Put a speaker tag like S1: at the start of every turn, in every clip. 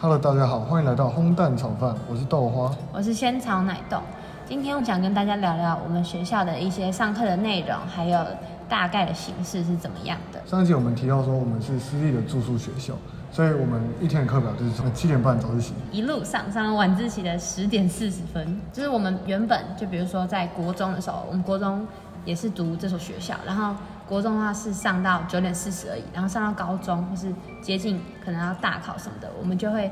S1: Hello，大家好，欢迎来到烘蛋炒饭，我是豆花。
S2: 我是仙草奶冻。今天我想跟大家聊聊我们学校的一些上课的内容，还有大概的形式是怎么样的。
S1: 上一集我们提到说我们是私立的住宿学校，所以我们一天的课表就是从七点半早自习，
S2: 一路上上到晚自习的十点四十分，就是我们原本就比如说在国中的时候，我们国中也是读这所学校，然后国中的话是上到九点四十而已，然后上到高中或是接近可能要大考什么的，我们就会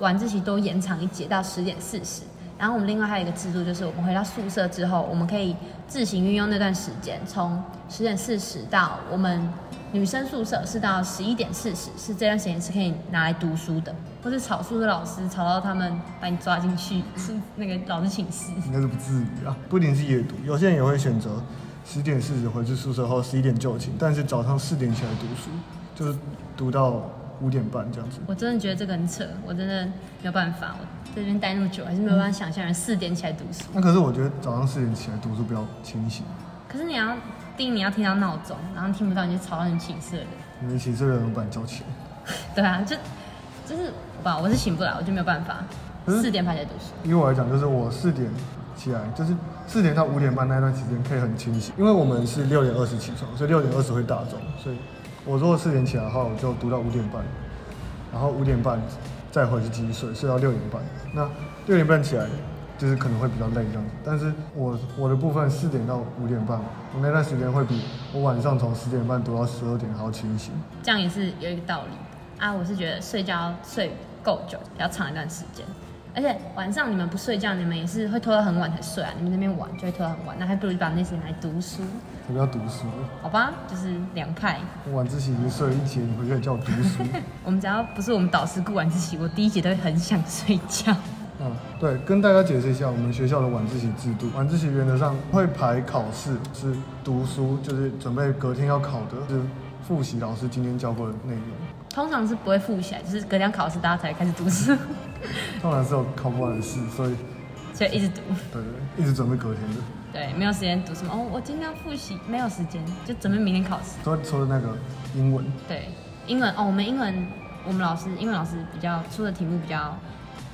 S2: 晚自习多延长一节到十点四十。然后我们另外还有一个制度，就是我们回到宿舍之后，我们可以自行运用那段时间，从十点四十到我们女生宿舍是到十一点四十，是这段时间是可以拿来读书的，或是吵宿舍老师吵到他们把你抓进去是那个老师寝室。
S1: 应该是不至于啊。不仅是夜读，有些人也会选择十点四十回去宿舍后十一点就寝，但是早上四点起来读书，就是读到五点半这样子。
S2: 我真的觉得这个很扯，我真的没有办法，我在这边待那么久还是没有办法想象人四点起来读书。
S1: 那可是我觉得早上四点起来读书比较清醒，
S2: 可是你要第一你要听到闹钟，然后听不到你就吵到你寝室的人。
S1: 因为寝室的人把你叫起来。
S2: 对啊，就就是吧，我是醒不来，我就没有办法。
S1: 嗯
S2: 四点半才读书，
S1: 以我来讲，就是我四点起来，就是四点到五点半那段时间可以很清醒，因为我们是六点二十起床，所以六点二十会大钟，所以我如果四点起来的话，我就读到五点半，然后五点半再回去继续睡，睡到六点半。那六点半起来就是可能会比较累这样子，但是我我的部分四点到五点半，我那段时间会比我晚上从十点半读到十二点还要清醒。
S2: 这样也是有一个道理啊。我是觉得睡觉要睡够久，比较长一段时间。而且晚上你们不睡觉，你们也是会拖到很晚才睡啊。你们那边晚就会拖到很晚，那还不如把那时间来读书，
S1: 我不要读书，
S2: 好吧？就是两派。
S1: 我晚自习已经睡了一节，你回去还叫我读书。
S2: 我们只要不是我们导师顾晚自习，我第一节都会很想睡觉。
S1: 嗯，对，跟大家解释一下我们学校的晚自习制度。晚自习原则上会排考试，是读书，就是准备隔天要考的，是复习老师今天教过的内容。
S2: 通常是不会复习啊，就是隔天考试大家才开始读书，
S1: 当然是有考不完的试，所以
S2: 所以一直读。
S1: 对对，一直准备隔天的。
S2: 对，没有时间读什么哦，我今天要复习，没有时间，就准备明天考试。
S1: 所以说的那个英文，
S2: 对，英文哦，我们英文我们老师英文老师比较出的题目比较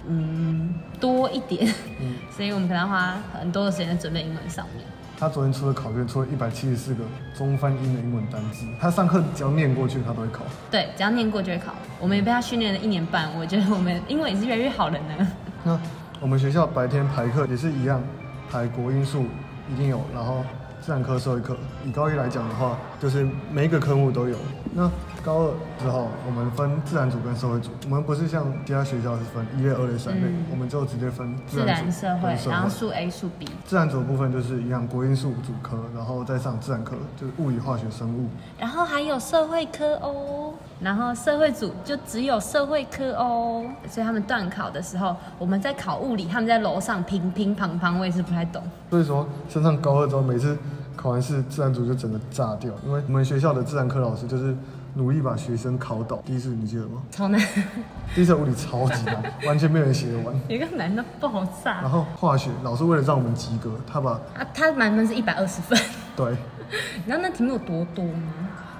S2: 嗯多一点，
S1: 嗯，
S2: 所以我们可能要花很多的时间在准备英文上面。
S1: 他昨天出的考卷出了一百七十四个中翻英的英文单字，他上课只要念过去，他都会考。
S2: 对，只要念过就会考。我们也被他训练了一年半，我觉得我们英文也是越来越好了呢。
S1: 那我们学校白天排课也是一样，排国英数一定有，然后自然科、社会课。以高一来讲的话，就是每一个科目都有。那高二之后，我们分自然组跟社会组，我们不是像其他学校是分一类、二类、三类，
S2: 嗯
S1: 我们就直接分
S2: 自然社会
S1: 跟，社
S2: 然后
S1: 会。
S2: 数 A 数 B。
S1: 自然组的部分就是一样，国英数主科，然后再上自然科，就是物理、化学、生物。
S2: 然后还有社会科哦，然后社会组就只有社会科哦，所以他们断考的时候，我们在考物理，他们在楼上乒乒乓乓，我也是不太懂。
S1: 所以说，升上高二之后，每次考完试，自然组就整个炸掉，因为我们学校的自然科老师就是努力把学生考倒。第一次你记得吗？
S2: 超难，
S1: 第一次物理超级难，完全没有人写得完。
S2: 有一个难到爆炸
S1: 然。后化学老师为了让我们及格，他把
S2: 哦啊，他满分是一百二十分，
S1: 对
S2: 你知道那题目有多多吗？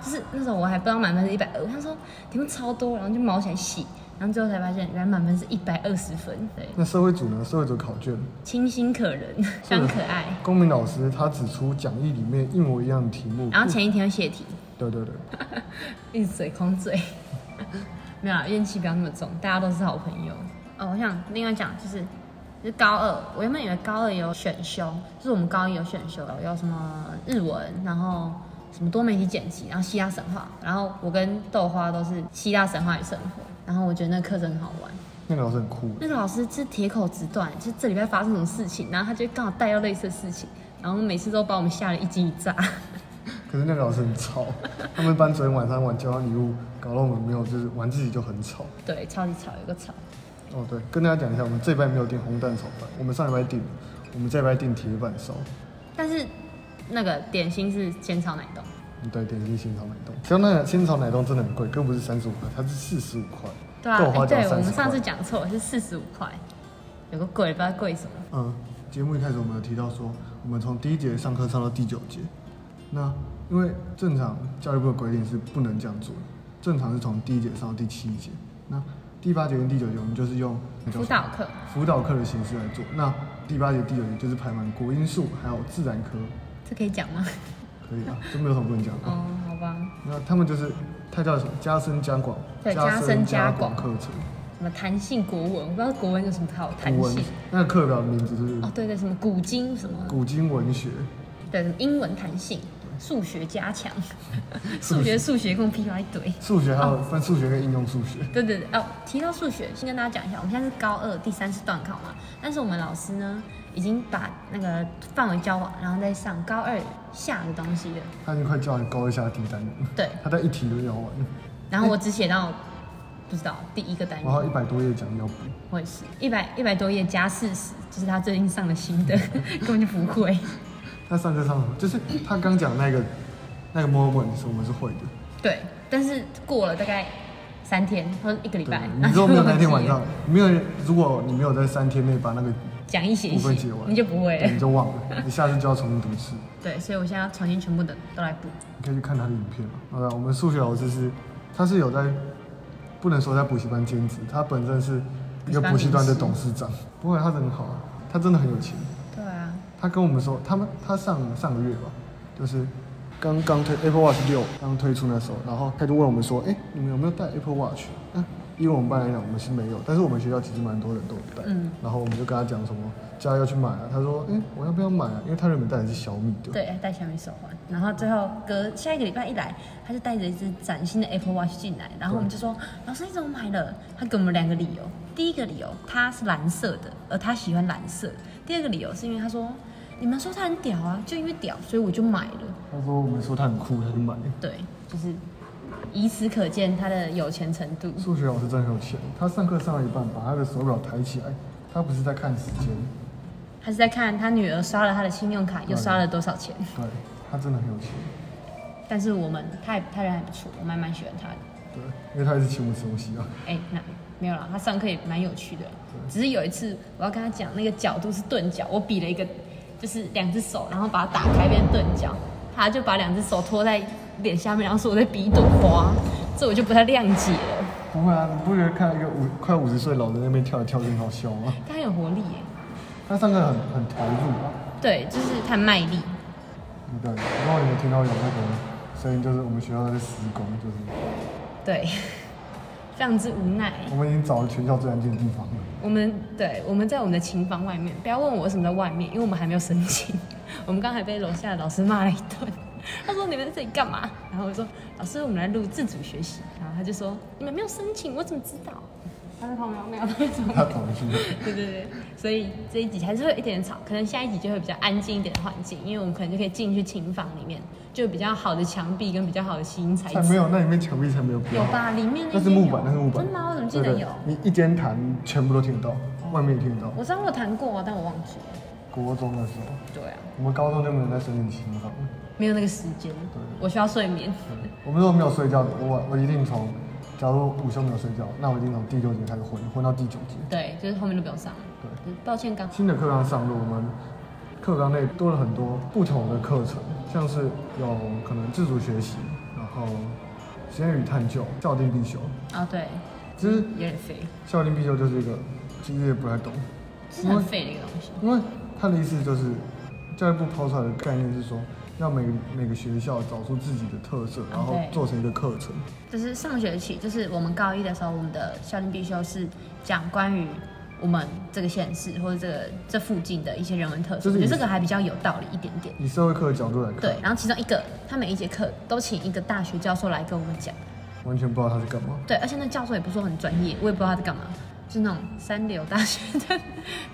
S2: 就是那时候我还不知道满分是一百二，他说题目超多，然后就毛起来洗，然后最后才发现原来满分是一百二十分，对，
S1: 那社会组呢？社会组考卷，
S2: 清新可人，非常可爱。
S1: 公民老师他指出讲义里面一模一样的题目，
S2: 然后前一天会泄题，
S1: 对对对，
S2: 一直嘴狂嘴， 没有啦，怨气不要那么重，大家都是好朋友。哦，我想另外讲就是，就是高二，我原本以为高二有选修，就是我们高一有选修，有什么日文，然后什么多媒体剪辑，然后希腊神话，然后我跟豆花都是希腊神话与生活，然后我觉得那个课程很好玩。
S1: 那个老师很酷，
S2: 那个老师是铁口直断，就是这礼拜发生什么事情，然后他就刚好带到类似的事情，然后每次都把我们吓得一惊一乍。
S1: 可是那个老师很吵，他们班昨天晚上玩交换礼物，搞到我们没有，就是玩自己就很吵。
S2: 对，超级吵，有个吵。
S1: 哦对，跟大家讲一下，我们这一班没有订烘蛋炒饭，我们上礼拜订，我们这一班订铁板烧。
S2: 但是那个点心是煎炒奶冻，
S1: 对，点心新炒奶冻，像那个新炒奶冻真的很贵，更不是三十五块，它是四十五块。
S2: 对啊，
S1: 豆花
S2: 哎
S1: 只要
S2: 对我
S1: 30
S2: 们上
S1: 块
S2: 次讲错是四十五块，有个贵，不知道贵什么。
S1: 嗯，节目一开始我们有提到说，我们从第一节上课上到第九节，那因为正常教育部的规定是不能这样做的，正常是从第一节上到第七节，那第八节跟第九节我们就是用那叫
S2: 辅
S1: 什么
S2: 导课，
S1: 辅导课的形式来做。那第八节、第九节就是排满国英数还有自然科，
S2: 这可以讲吗？
S1: 可以吧？啊这没有什么不能讲的。
S2: 哦，好吧，
S1: 那他们就是它叫什么？加深加广，
S2: 对加深加广
S1: 课程。
S2: 什么弹性国文，我不知道国文有什么好弹
S1: 古文
S2: 性。
S1: 那个课表的名字就是
S2: 哦，对对，什么古今什么，
S1: 古今文学，
S2: 对，什么英文弹性，数学加强，数学数学跟我屁话一堆。
S1: 数学还有分数学跟应用数学。
S2: 对对对，哦，提到数学，先跟大家讲一下，我们现在是高二第三次段考嘛，但是我们老师呢已经把那个范围教完，然后再上高二下的东西了。
S1: 他已经快叫你高一下第单元了，
S2: 对，
S1: 他在一题就要完了，
S2: 然后我只写到不知道第一个单
S1: 然后一
S2: 元，
S1: 百多页讲要补。
S2: 我也是一百一百多页加四十，就是他最近上的新的，根本就不会。
S1: 那上课上什么？就是他刚讲那个那个 moment 是我们是会的，
S2: 对，但是过了大概三天或者一个 礼
S1: 对
S2: 拜，，
S1: 你如果没有那天晚 上
S2: 然后就忘记了
S1: 没有，如果你没有在三天内把那个
S2: 讲义写一
S1: 部分
S2: 写
S1: 写，完，
S2: 你就不会
S1: 对你
S2: 了。
S1: 就忘了，你下次就要重新读一次。
S2: 对，所以我现在要重新全部的都来补。
S1: 你可以去看他的影片嘛。好了，我们数学老师是，他是有在，不能说在补习班兼职，他本身是一个补习班的董事长。不过他人很好啊，他真的很有钱。
S2: 对啊，
S1: 他跟我们说，他们他上上个月吧，就是刚刚推 Apple Watch 六刚推出那时候，然后他就问我们说，哎、你们有没有带 Apple Watch？那、以我们班来讲，我们是没有，但是我们学校其实蛮多人都有带。
S2: 嗯
S1: 然后我们就跟他讲什么家要去买啊，他说，哎、我要不要买啊？因为他原本带的是小米的。
S2: 对，戴小米手环，然后最后隔下一个礼拜一来，他就带着一只崭新的 Apple Watch 进来，然后我们就说老师你怎么买了？他给我们两个理由，第一个理由它是蓝色的，而他喜欢蓝色；第二个理由是因为他说你们说他很屌啊，就因为屌，所以我就买了。
S1: 他说我们说他很酷，他就买了。
S2: 对，就是以此可见他的有钱程度。
S1: 数学老师真的很有钱，他上课上到一半，把他的手表抬起来，他不是在看时间，
S2: 他是在看他女儿刷了他的信用卡，又刷了多少钱。
S1: 对他真的很有钱，
S2: 但是我们他也他人还不错，我们还蛮喜欢他的。
S1: 对，因为他一直请我吃东西啊，
S2: 哎、那没有啦，他上课也蛮有趣的。只是有一次我要跟他讲那个角度是钝角，我比了一个就是两只手，然后把它打开变钝角，他就把两只手托在脸下面，然后说我在比一朵花，这我就不太谅解了。
S1: 不会啊，你不觉得看一个五快五十岁老人在那边跳来跳去很好笑吗？
S2: 他很有活力耶，
S1: 他上课很很投入啊，
S2: 对，就是他很卖力。
S1: 对，然后你们听到有那个声音，就是我们学校在施工，就是
S2: 对， 非常之无奈。
S1: 我们已经找了全校最安静的地方了，
S2: 我们对我们在我们的琴房外面，不要问我为什么在外面，因为我们还没有申请。 我们刚才被楼下的老师骂了一顿，他说你们在这里干嘛？然后我说老师，我们来录自主学习。然后他就说你们没有申请，我怎么知道？他在旁边没有那种。
S1: 他同去，
S2: 对对对，所以这一集还是会有一点吵，可能下一集就会比较安静一点的环境，因为我们可能就可以进去琴房里面，就有比较好的墙壁跟比较好的吸音材
S1: 才
S2: 质
S1: 没。有，那里面墙壁才没有标
S2: 有吧？里面那
S1: 那是
S2: 边
S1: 木
S2: 有
S1: 板，那是木板，
S2: 真的啊吗？我怎么记得
S1: 对对
S2: 有？
S1: 你一间弹全部都听得到，外面也听得到。
S2: 我知道我有弹过，但我忘记了。
S1: 国中的时候。
S2: 对啊，
S1: 我们高中就没有在申请琴房，
S2: 没有那个时间，我需要睡眠。
S1: 我们如果没有睡觉的，我我一定从，假如午休没有睡觉，那我一定从第六节开始混，混到第九节。
S2: 对，就是后面都不用上了。
S1: 对，
S2: 嗯抱歉，刚
S1: 新的课纲上路，我们课纲内多了很多不同的课程，像是有可能自主学习，然后实验与探究、校定必修。
S2: 啊，对，
S1: 其实
S2: 嗯有点废，
S1: 校定必修就是一个，其实也不太懂，
S2: 就是很废的一个东西。
S1: 因为他的意思就是，教育部抛出来的概念是说，要每个每个学校找出自己的特色，然后
S2: 对
S1: 做成一个课程。
S2: 就是上学期，就是我们高一的时候，我们的校定必修是讲关于我们这个县市或者这个这附近的一嗯些人文特色，
S1: 就是
S2: 我觉
S1: 你
S2: 得这个还比较有道理一点点。
S1: 以社会课的角度来看，
S2: 对，然后其中一个，他每一节课都请一个大学教授来跟我们讲，
S1: 完全不知道他是干嘛。
S2: 对，而且那教授也不是说很专业，我也不知道他在干嘛，就是那种三流大学的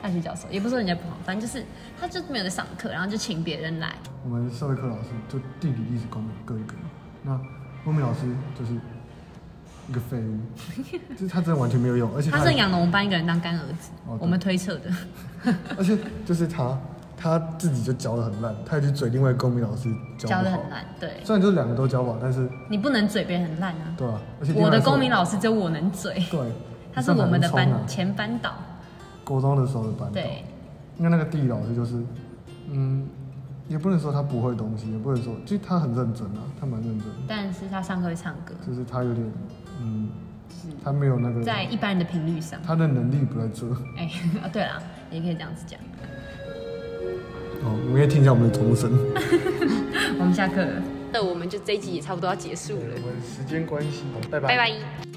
S2: 大学教授，也不是说人家不好，反正就是他就没有在上课，然后就请别人来，
S1: 我们社会课老师就地理、历史、公民各一个，那公民老师就是一个废 物，就是他真的完全没有用，而且
S2: 他
S1: 他
S2: 是养了我们班一个人当干儿子，
S1: 哦对
S2: 我们推测的。
S1: 而且就是他他自己就教的很烂，他也去嘴另外一个公民老师教
S2: 教
S1: 的
S2: 的很。烂，对，
S1: 虽然就是两个都教不好，但是
S2: 你不能嘴别人很烂啊。
S1: 对啊，而且另
S2: 我
S1: 外
S2: 的
S1: 一个是
S2: 公民老师只有我能嘴，
S1: 对，
S2: 他是我们的
S1: 上台很
S2: 班
S1: 冲啊啊
S2: 前班导，
S1: 国中的时候的班导，
S2: 对，
S1: 因为那个地理老师就是嗯。也不能说他不会东西，也不能说，就是他很认真啊，他蛮认真的。
S2: 但是他上课会唱歌，
S1: 就是他有点，嗯，
S2: 就是
S1: 他没有那个，
S2: 在一般人的频率上。
S1: 他的能力不在这。
S2: 哎、 啊对啦，也可以这样子讲。
S1: 哦，我们也听一下我们的钟声。
S2: 我们下课了，那我们就这一集也差不多要结束了，
S1: 们时间关系，拜
S2: 拜拜。